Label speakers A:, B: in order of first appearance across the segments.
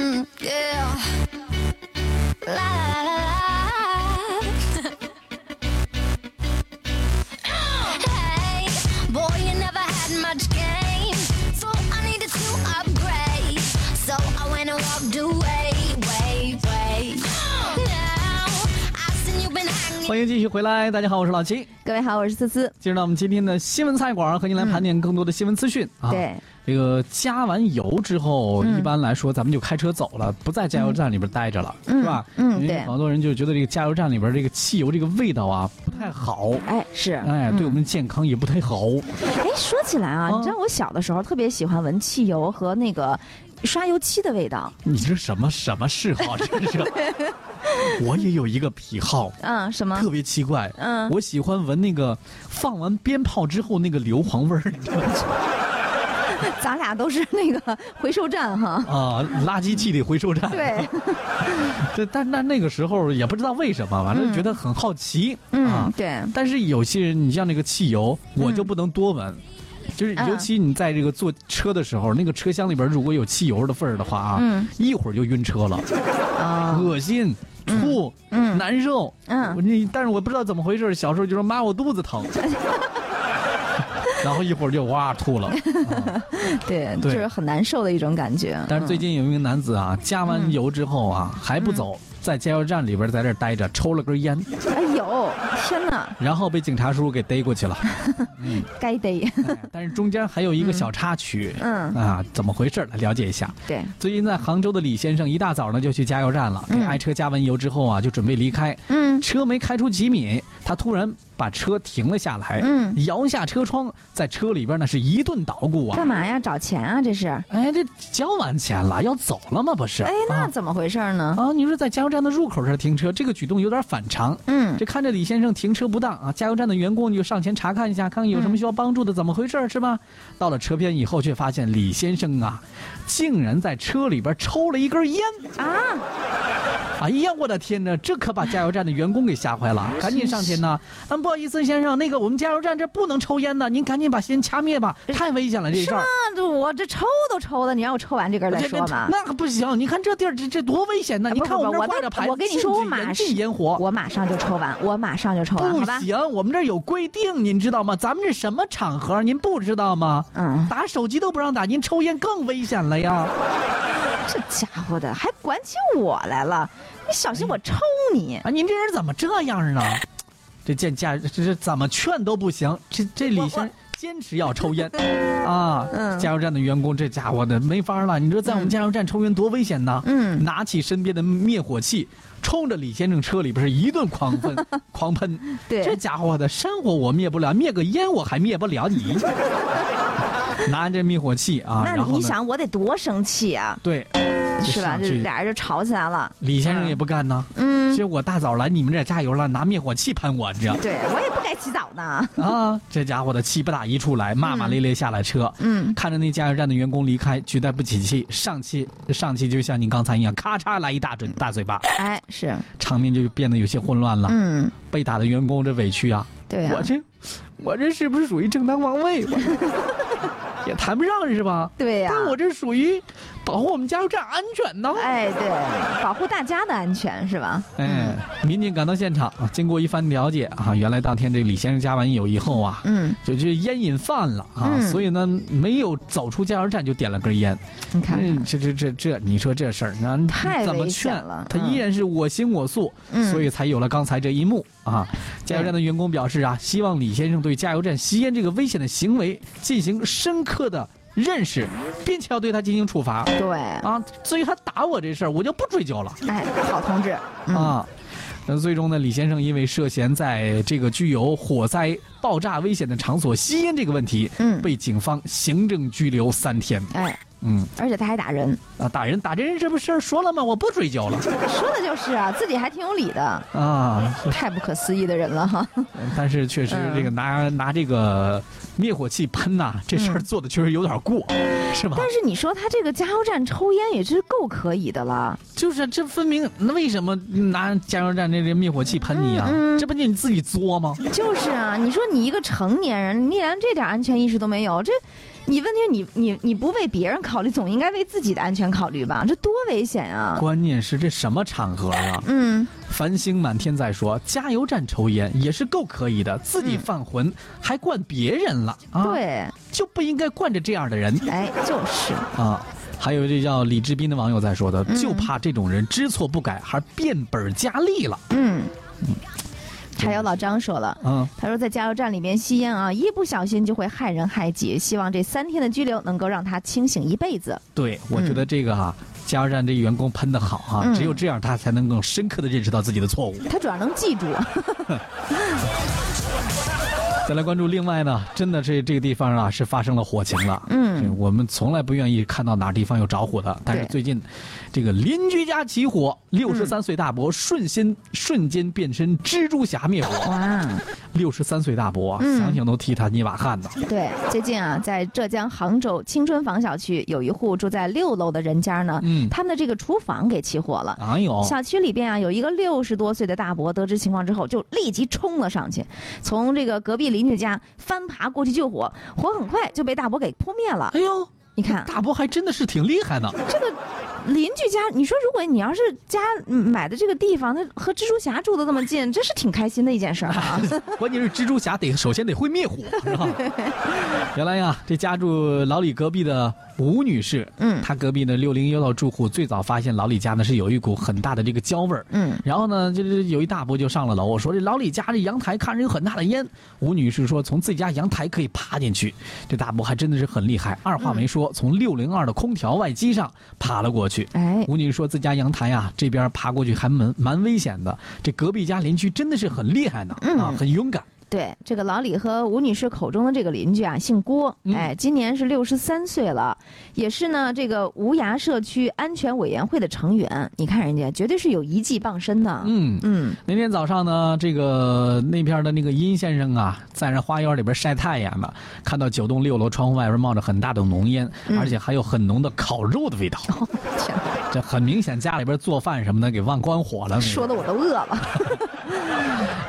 A: Yeah. La la la la. hey, boy, you never had much game, so I needed to upgrade. So I went and walked away, way, way. now I seen you've been hanging.
B: 欢迎继续回来，大家好，我是老七。
C: 各位好，我是思思。
B: 进入到我们今天的新闻菜馆，和您来盘点更多的新闻资讯、啊。
C: 嗯对，嗯
B: 这个加完油之后，一般来说咱们就开车走了，不在加油站里边待着了，是吧？
C: 嗯
B: 因为
C: 对
B: 好多人就觉得这个加油站里边这个汽油这个味道啊不太好，
C: 哎，是，
B: 哎，对我们健康也不太好。
C: 哎，说起来啊，
B: 嗯
C: 你知道我小的时候特别喜欢闻汽油和那个刷油漆的味道，
B: 你这什么什么嗜好？这 是？我也有一个癖好，
C: 嗯，什么
B: 特？别奇怪。
C: 嗯
B: 我喜欢闻那个放完鞭炮之后那个硫磺味儿，你知道吗？
C: 咱俩都是那个 回收 站哈。
B: 啊，垃圾气体回收站。
C: 对，
B: 这但但那个时候也不知道为什么，反正觉得很好奇、
C: 嗯
B: 啊，。
C: 对，
B: 但是有些人，你像那个汽油，我就不能多闻。就是，
C: 嗯
B: 尤其你在这个坐车的时候，那个车厢里边如果有汽油的味儿的话啊，
C: 嗯
B: 一会儿就晕车了，
C: 啊，
B: 恶心、吐、
C: 嗯
B: 难受。
C: 嗯
B: 我那但是我不知道怎么回事，小时候就说妈，我肚子 疼，然后一会儿就哇吐了。
C: 对，就
B: 对
C: 是很难受的一种感觉。
B: 但是最近有一名男子
C: 嗯
B: 啊，加完油之后啊、还不走，在加油站里边在这儿待着，抽了根烟，
C: 嗯哎呦，天哪，
B: 然后被警察叔叔给逮过 去了。
C: 该逮。
B: 哎但是中间还有一个小插曲，
C: 嗯
B: 啊，怎么回事儿？来了解一下。
C: 对，
B: 最近在杭州的李先生一大早呢就去加油站了，给爱车加完油之后啊，就准备离开。
C: 嗯
B: 车没开出几米，他突然把车停了下来，
C: 嗯
B: 摇下车窗，在车里边呢是一顿捣鼓啊。
C: 干嘛呀？找钱啊？这是？哎，
B: 哎，这交完钱了，要走了吗？不是？
C: 那
B: 啊
C: 怎么回事呢？
B: 啊，你说在加油站的入口这儿停车，这个举动有点反常。
C: 嗯
B: 这看着李先生停车不当啊，加油站的员工就上前查看一下，看看有什么需要帮助的，怎么回事儿是吧？到了车边以后，却发现李先生啊，竟然在车里边抽了一根烟。
C: 啊，
B: 哎呀，我的天哪，这可把加油站的员工给吓坏了，赶紧上前呐！嗯，不好意思，先生，那个我们加油站这不能抽烟的，您赶紧把烟掐灭吧，太危险了这事儿。
C: 那这我这抽都抽了，你让我抽完这根儿再
B: 这
C: 说嘛。
B: 那可不行！你看这地儿，这这多危险呢！
C: 啊
B: 你
C: 不
B: 看
C: 不
B: 我们这儿
C: 不我
B: 挂
C: 那
B: 着牌子，
C: 我跟你说，我马
B: 禁
C: 上
B: 止烟火，
C: 我马上就抽完，我马上就抽完，好
B: 不
C: 吧？
B: 行，我们这儿有规定，您知道吗？咱们这什么场合，您不知道吗？
C: 嗯，
B: 打手机都不让打，您抽烟更危险了呀！
C: 这家伙的还管起我来了，你小心我抽你！
B: 啊，您这人怎么这样呢？这见家这这怎么劝都不行，这这李先生坚持要抽
C: 哎
B: 烟啊！
C: 嗯
B: 加油站的员工，这家伙的没法了。你说在我们加油站抽烟多危险呐！
C: 嗯
B: 拿起身边的灭火器，冲着李先生车里边是一顿狂喷 狂喷。
C: 对
B: 这家伙的山火我灭不了，灭个烟我还灭不了 你。拿着这灭火器啊，
C: 那
B: 然后
C: 你
B: 呢
C: 想我得多生气啊，
B: 对，
C: 是吧？
B: 上
C: 这
B: 去
C: 俩人就吵起来了。
B: 李先生也不干呢。
C: 嗯，
B: 这我大早来你们这加油了，拿灭火器喷我，你知道
C: 对我也不该洗澡呢。
B: 啊？这家伙的气不打一处来，骂骂咧咧下了车。
C: 嗯，
B: 看着那加油站的员工离开，觉得不解气，上气上气就像你刚才一样，咔嚓来一大嘴大嘴巴，
C: 哎，是，
B: 场面就变得有些混乱了。
C: 嗯，
B: 被打的员工这委屈啊，
C: 对呀、
B: 我这我这是不是属于正当防卫？ 我也谈不上是吧？
C: 对呀、
B: 但我这属于保护我们加油站安全呢。
C: 哎，对，保护大家的安全是吧？
B: 哎，民警赶到现场，啊经过一番了解啊，原来当天这李先生加完油以后啊，
C: 嗯，
B: 就这烟瘾犯了啊，
C: 嗯
B: 所以呢没有走出加油站就点了根烟。
C: 你看看，
B: 嗯，这这这这，你说这事儿，那
C: 太
B: 怎么
C: 危险
B: 劝
C: 了
B: 他依然是我行我素，
C: 嗯
B: 所以才有了刚才这一幕啊。加油站的员工表示啊，希望李先生对加油站吸烟这个危险的行为进行深刻的认识，并且要对他进行处罚
C: 对，
B: 啊。至于他打我这事儿，我就不追究了。
C: 哎，好同志，嗯、
B: 啊。那最终呢，李先生因为涉嫌在这个具有火灾、爆炸危险的场所吸烟这个问题，
C: 嗯
B: 被警方行政拘留三天。
C: 哎，
B: 嗯，
C: 而且他还打人，
B: 啊，打人打人这不事儿说了吗？我不追究 了
C: 说的就是啊，自己还挺有理的，
B: 啊。
C: 太不可思议的人了哈。
B: 但是确实，
C: 嗯
B: 这个拿、拿这个灭火器喷呐、这事儿做的确实有点过，是吧？
C: 嗯但是你说他这个加油站抽烟也是够可以的了，
B: 就是这分明，那为什么拿加油站这这灭火器喷你啊？
C: 嗯嗯
B: 这不就你自己作吗？
C: 就是啊，你说你一个成年人，你连这点安全意识都没有，这你问题是你你你不为别人考虑，总应该为自己的安全考虑吧？这多危险啊！
B: 关键是这什么场合啊？
C: 嗯，
B: 繁星满天在说，加油站抽烟也是够可以的，自己犯浑、还惯别人了啊！，
C: 嗯对，
B: 就不应该惯着这样的人
C: 哎，就是，
B: 啊！还有这叫李志斌的网友在说的，
C: 嗯
B: 就怕这种人知错不改，还变本加厉了。
C: 嗯。还有老张说了，
B: 嗯，
C: 他说在加油站里面吸烟啊，一不小心就会害人害己。希望这三天的拘留能够让他清醒一辈子。
B: 对，我觉得这个啊，加油站这员工喷的好啊，
C: 嗯
B: 只有这样他才能更深刻的认识到自己的错误。
C: 他主要能记住，
B: 再来关注另外呢，真的这这个地方啊是发生了火情了。
C: 嗯
B: 这我们从来不愿意看到哪地方有着火的，但是
C: 对
B: 最近，这个邻居家起火，六十三岁大
C: 嗯
B: 伯瞬间瞬间变身蜘蛛侠灭火。
C: 哇！
B: 六十三岁大伯啊，
C: 嗯
B: 想想都替他捏把汗呢。
C: 对，最近啊，在浙江杭州青春坊小区有一户住在六楼的人家呢，
B: 嗯
C: 他们的这个厨房给起火了。
B: 哎呦，
C: 小区里边啊，有一个六十多岁的大伯，得知情况之后就立即冲了上去，从这个隔壁邻居家翻爬过去救火，火很快就被大伯给扑灭 了。
B: 哎呦，
C: 你看，
B: 大伯还真的是挺厉害呢。
C: 这个邻居家，你说如果你要是家嗯买的这个地方，它和蜘蛛侠住的那么近，这是挺开心的一件事儿啊。
B: 关键是蜘蛛侠得首先得会灭火，是吧？ 原来呀，这家住老李隔壁的吴女士，
C: 嗯
B: 她隔壁的六零幺号住户最早发现老李家呢是有一股很大的这个焦味儿，
C: 嗯，
B: 然后呢，就是有一大伯就上了楼，我说这老李家这阳台看着有很大的烟，吴女士说从自己家阳台可以爬进去，这大伯还真的是很厉害，二话
C: 嗯
B: 没说、从六零二的空调外机上爬了过去，
C: 哎，
B: 吴女士说自家阳台啊，这边爬过去还蛮蛮危险的。这隔壁家邻居真的是很厉害呢，
C: 嗯
B: 啊，很勇敢。
C: 对，这个老李和吴女士口中的这个邻居啊，姓郭，
B: 嗯
C: 哎，今年是六十三岁了，也是呢这个无崖社区安全委员会的成员。你看人家绝对是有一技傍身的。
B: 嗯，
C: 嗯
B: 那天早上呢，这个那边的那个殷先生啊，在那花园里边晒太阳呢，看到九栋六楼窗户外边冒着很大的浓烟，而且还有很浓的烤肉的味道。
C: 嗯哦天哪
B: 这很明显，家里边做饭什么的给忘关火了。
C: 说的我都饿了。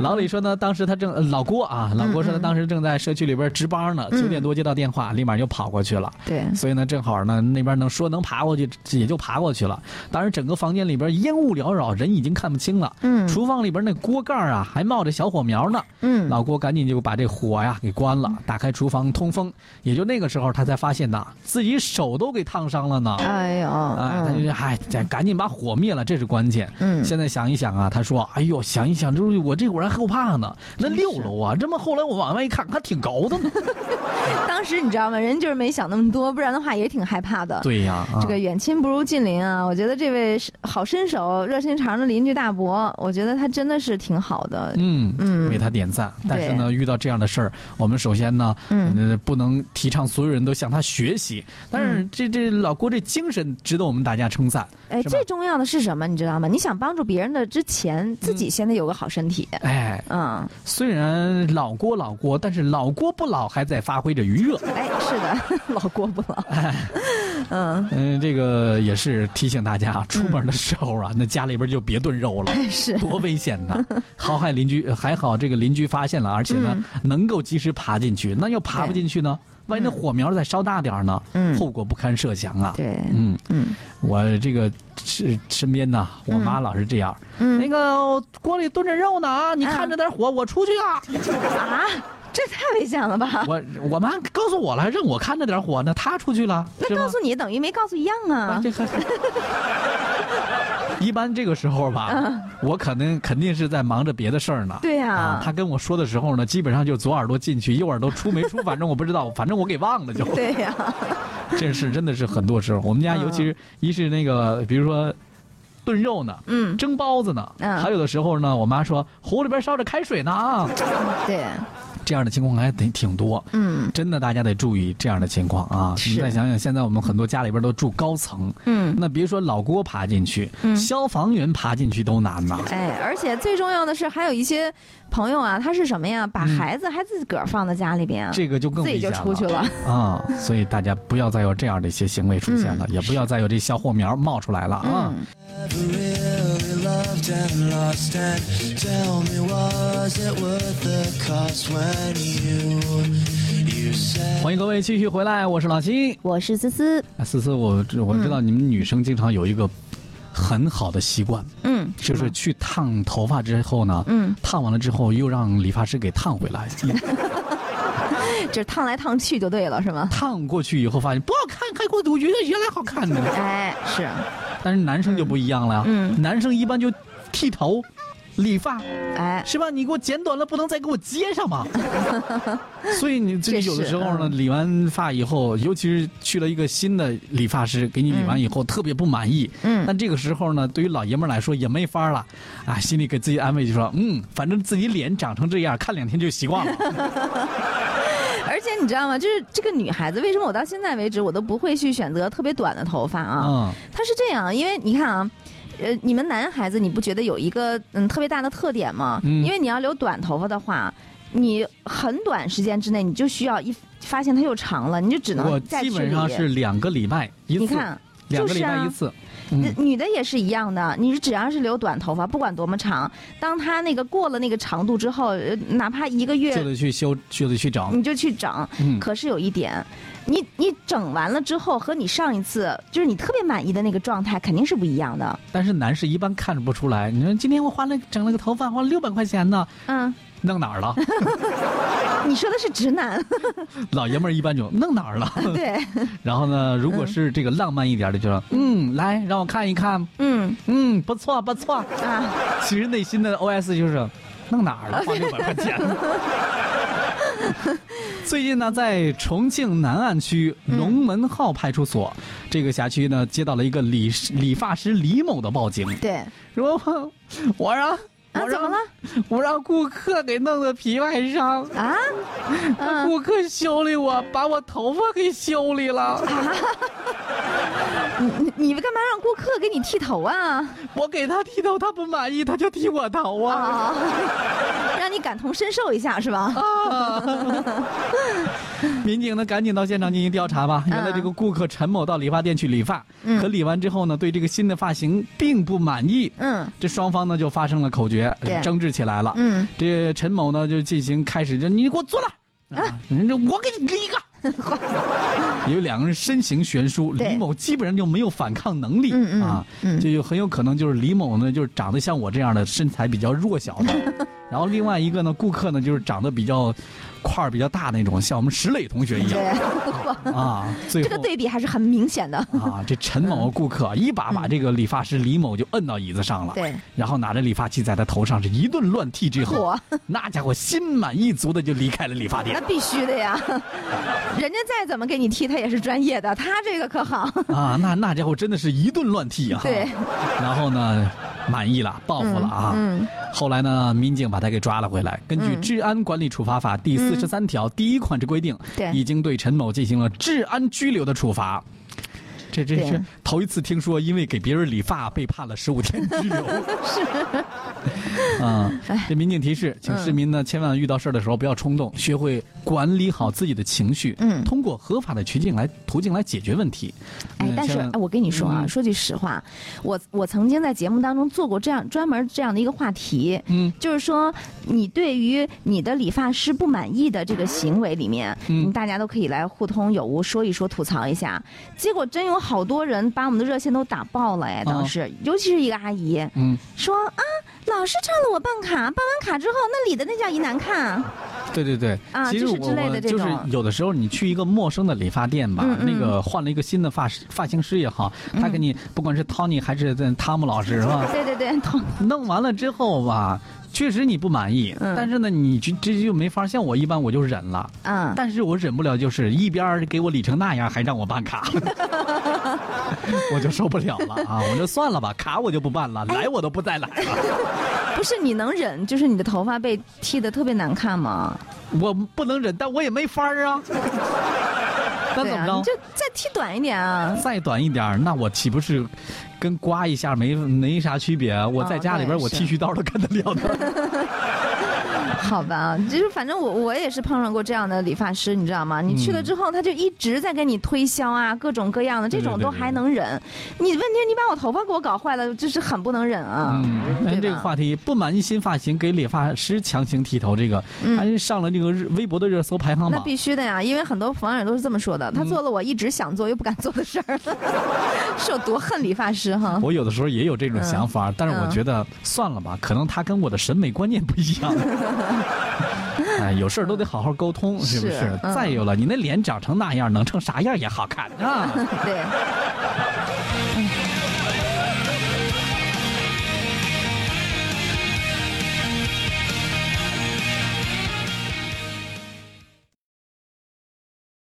B: 老李说呢，当时他正呃老郭啊，老郭说他
C: 嗯
B: 当时正在社区里边值班呢，九点多接到电话，立马就跑过去了。
C: 对，
B: 所以呢，正好呢，那边能说能爬过去，也就爬过去了。当然，整个房间里边烟雾缭绕，人已经看不清了。
C: 嗯
B: 厨房里边那锅盖啊，还冒着小火苗呢。
C: 嗯，
B: 老郭赶紧就把这火呀给关了，打开厨房通风。也就那个时候，他才发现呐，自己手都给烫伤了呢。
C: 哎呦，
B: 哎，他
C: 嗯
B: 就哎，这赶紧把火灭了，这是关键。
C: 嗯
B: 现在想一想啊，他说，哎呦，想一想，就是我这会儿还后怕呢。那六楼啊，这么后来我往外一看，还挺高的 呢。
C: 当时你知道吗？人就是没想那么多，不然的话也挺害怕的。
B: 对呀、啊
C: 这个远亲不如近邻啊！我觉得这位是好身手、热心肠的邻居大伯，我觉得他真的是挺好的。
B: 嗯
C: 嗯
B: 为他点赞。但是呢，遇到这样的事儿，我们首先呢，
C: 嗯嗯
B: 呃，不能提倡所有人都向他学习。但是这这老郭这精神值得我们大家称赞，
C: 哎，
B: 是吧
C: 最？重要的是什么？你知道吗？你想帮助别人的之前，自
B: 嗯
C: 己先得有个好身体。
B: 哎，
C: 嗯，
B: 虽然老郭老郭，但是老郭不老，还在发挥着余热。
C: 哎，是的， 老郭不老。
B: 啊
C: 嗯，
B: 嗯，这个也是提醒大家啊，出门的时候 啊，那家里边就别炖肉了，
C: 是
B: 多危险呐！好害邻 居，还好这个邻居发现了，而且呢，
C: 嗯
B: 能够及时爬进去。那要爬不进去呢，万一那火苗再烧大点儿呢，
C: 嗯
B: 后果不堪设想啊！
C: 对，
B: 嗯，
C: 嗯
B: 我这个是身边呐，我妈老是这样，那个锅里炖着肉呢啊，你
C: 嗯
B: 看着点火，我出去啊。
C: 啊，这太危险了吧？
B: 我我妈告诉我了，让我看着点火，那她出去了，是
C: 那
B: 吗
C: 告诉你等于没告诉一样啊
B: 啊，。这还。 一般这个时候吧，我可能肯定是在忙着别的事儿呢。
C: 嗯对呀
B: 啊，他跟我说的时候呢，基本上就左耳朵进去，右耳朵出没出，反正我不知道，反 正我给忘了就。
C: 对呀、
B: 这事真的是很多时候，我们家
C: 嗯
B: 尤其是一是那个，比如说炖肉呢，
C: 嗯
B: 蒸包子呢，
C: 嗯
B: 还有的时候呢，我妈说壶里边烧着开水呢啊，
C: 对，
B: 这样的情况还挺挺多。
C: 嗯
B: 真的，大家得注意这样的情况啊！
C: 是
B: 你再想想，现在我们很多家里边都住高层，
C: 嗯。
B: 那别说老郭爬进去，
C: 嗯
B: 消防员爬进去都难呐。
C: 哎，而且最重要的是，还有一些朋友啊，他是什么呀？把
B: 嗯
C: 孩子还自个儿放在家里边啊，
B: 这个就更
C: 自
B: 危
C: 己就
B: 险
C: 出去了。
B: 啊、所以大家不要再有这样的一些行为出现了，
C: 嗯
B: 也不要再有这小火苗冒出来了啊！
C: 嗯，
D: never really loved and lost and tell me was it worth the cost when you you you said.
B: 欢迎各位继续回来，我是老金。
C: 我是思思，
B: 啊思思，我知我知
C: 嗯
B: 道你们女生经常有一个很好的习惯，
C: 嗯，
B: 就是去烫头发之后呢，
C: 嗯，
B: 烫完了之后又让理发师给烫回来，
C: 就是烫来烫去就对了，是吗？
B: 烫过去以后发现不好看，还给我我觉得原来好看呢。
C: 哎，是，
B: 但是男生就不一样了呀，
C: 嗯
B: 男生一般就剃头、理发，
C: 哎，
B: 是吧？你给我剪短了，不能再给我接上 嘛。所以你这个有的时候呢，
C: 确嗯
B: 理完发以后，尤其是去了一个新的理发师，给你理完以后、特别不满意。
C: 嗯
B: 但这个时候呢，对于老爷们儿来说也没法儿了，啊，心里给自己安慰就说，嗯，反正自己脸长成这样，看两天就习惯了。
C: 而且你知道吗？就是这个女孩子，为什么我到现在为止我都不会去选择特别短的头发 啊？
B: 嗯，
C: 它是这样，因为你看啊。呃，你们男孩子，你不觉得有一个嗯特别大的特点吗？
B: 嗯
C: 因为你要留短头发的话，你很短时间之内你就需要一发现它又长了，你就只能
B: 我
C: 再
B: 基
C: 去
B: 本
C: 理。
B: 上是两个礼拜一次，
C: 你看，
B: 两个
C: 就
B: 礼
C: 是啊
B: 拜一次。嗯
C: 那女的也是一样的，你只要是留短头发，不管多么长，当她那个过了那个长度之后，呃哪怕一个
B: 就
C: 月，
B: 得去修，就得去整。
C: 你就去整。
B: 嗯，
C: 可是有一点，你你整完了之后和你上一次就是你特别满意的那个状态肯定是不一样的。
B: 但是男士一般看不出来。你说今天我花了整了个头发，花了六百块钱呢，
C: 嗯，
B: 弄哪儿了？
C: 你说的是直男，
B: 老爷们儿一般就弄哪儿了。
C: 对，
B: 然后呢，如果是这个浪漫一点的，就说嗯，来让我看一看，
C: 嗯
B: 嗯，不错不错。
C: 啊，
B: 其实内心的 OS 就是弄哪 儿了，花六百块钱。最近呢，在重庆南岸区龙门号派出所、这个辖区呢，接到了一个理理发师李某的报警，
C: 对
B: 说我让
C: 啊
B: 我，
C: 怎么
B: 让
C: 了
B: 我让顾客给弄的皮外伤，
C: 啊？嗯
B: 顾客修理我，把我头发给修理了，
C: 你你们干嘛让顾客给你剃头啊？
B: 我给他剃头，他不满意，他就剃我头啊。
C: 啊， 让你感同身受一下是 吧？啊
B: 民警呢，赶紧到现场进行调查吧。原来这个顾客陈某到理发店去理发，
C: 嗯
B: 可理完之后呢，对这个新的发型并不满意，
C: 嗯
B: 这双方呢就发生了口角
C: 对，
B: 争执起来了。
C: 嗯，
B: 这陈某呢就进行开始，就你给我坐那儿，啊，人家我给你理一 个。因为两个人身形悬殊，
C: 对
B: 李某基本上就没有反抗能力
C: 嗯嗯
B: 啊
C: 嗯，
B: 这就很有可能就是李某呢，就是长得像我这样的身材比较弱小 的，然后另外一个呢，顾客呢就是长得比较块儿比较大那种，像我们石磊同学一样
C: 对，哦
B: 啊。最
C: 这
B: 后
C: 个对比还是很明显的。
B: 啊，这陈
C: 嗯
B: 某顾客一把把这个理发师李某就摁到椅子上了，
C: 对，
B: 然后拿着理发器在他头上是一顿乱剃之后
C: 嚯，
B: 那家伙心满意足的就离开了理发店
C: 那。必须的呀，人家再怎么给你剃，他也是专业的，他这个可好。
B: 啊，那那家伙真的是一顿乱踢啊！
C: 对，
B: 然后呢，满意了，报复了啊。
C: 嗯
B: 后来呢，民警把他给抓了回来。根据《治安管理处罚法》第四十三条第一款之规定，
C: 嗯对
B: 已经对陈某进行了治安拘留的处罚。这这
C: 对
B: 是头一次听说，因为给别人理发被判了十五天拘 留。是， 啊，
C: 哎
B: 这民警提示，请市民呢、千万遇到事儿的时候不要冲动，学会管理好自己的情绪，
C: 嗯
B: 通过合法的途径来途径来解决问题。
C: 哎
B: 嗯，
C: 但是
B: 千万
C: 哎，我跟你说啊，
B: 嗯
C: 说句实话，我我曾经在节目当中做过这样专门这样的一个话题，
B: 嗯，
C: 就是说你对于你的理发师不满意的这个行为里面，
B: 嗯
C: 大家都可以来互通有无，说一说，吐槽一下。结果真有好多人把我们的热线都打爆了，哎，当
B: 啊
C: 时、尤其是一个阿姨
B: 嗯，
C: 说啊，老是占了我办卡，办完卡之后那理的那叫一难看。
B: 对对对，
C: 啊
B: 其实
C: 就
B: 我
C: 是之类的
B: 我
C: 这
B: 就是
C: 种
B: 有的时候你去一个陌生的理发店吧，
C: 嗯嗯
B: 那个换了一个新的发师发型师也好，他给你不管是 Tony 还是呃汤姆老师是 吧，
C: 对对对，同
B: 弄完了之后吧。确实你不满意，
C: 嗯
B: 但是呢，你这这就没法像我一般，我就忍了。
C: 嗯，
B: 但是我忍不了，就是一边儿给我理成那样，还让我办 卡，我就受不了了啊！我就算了吧，卡我就不办
C: 嗯
B: 了，来我都不再来了。
C: 不是你能忍，就是你的头发被剃得特别难看吗？
B: 我不能忍，但我也没法儿啊。那
C: 对
B: 怎么
C: 啊，
B: 着
C: 你？就再剃短一点啊。
B: 再短一点儿，那我岂不是跟刮一
C: 啊
B: 下没没啥区别啊？我在家里边，
C: 哦对
B: 我剃须刀都干得了的。
C: 好吧，就是反正我我也是碰上过这样的理发师，你知道
B: 嗯
C: 吗？你去了之后，他就一直在跟你推销啊，各种各样的，这
B: 对对
C: 种
B: 对
C: 都
B: 对
C: 还能忍。你问题是你把我头发给我搞坏了，就是很不能忍啊。
B: 嗯，那
C: 对吧
B: 这个话题，不满意新发型给理发师强行剃头，这个
C: 嗯
B: 还是上了这个热微博的热搜排行
C: 那
B: 榜。
C: 必须的呀，因为很多网友都是这么说的，他做了我一直想做又不敢做的事儿，是有多恨理发师哈？
B: 我有的时候也有这种想
C: 嗯
B: 法，但是我觉得算了吧，可能他跟我的审美观念不一 样。哎，有事儿都得好好沟通，是不是？
C: 是嗯
B: 再有了，你那脸长成那样，能成啥样也好看啊！
C: 对。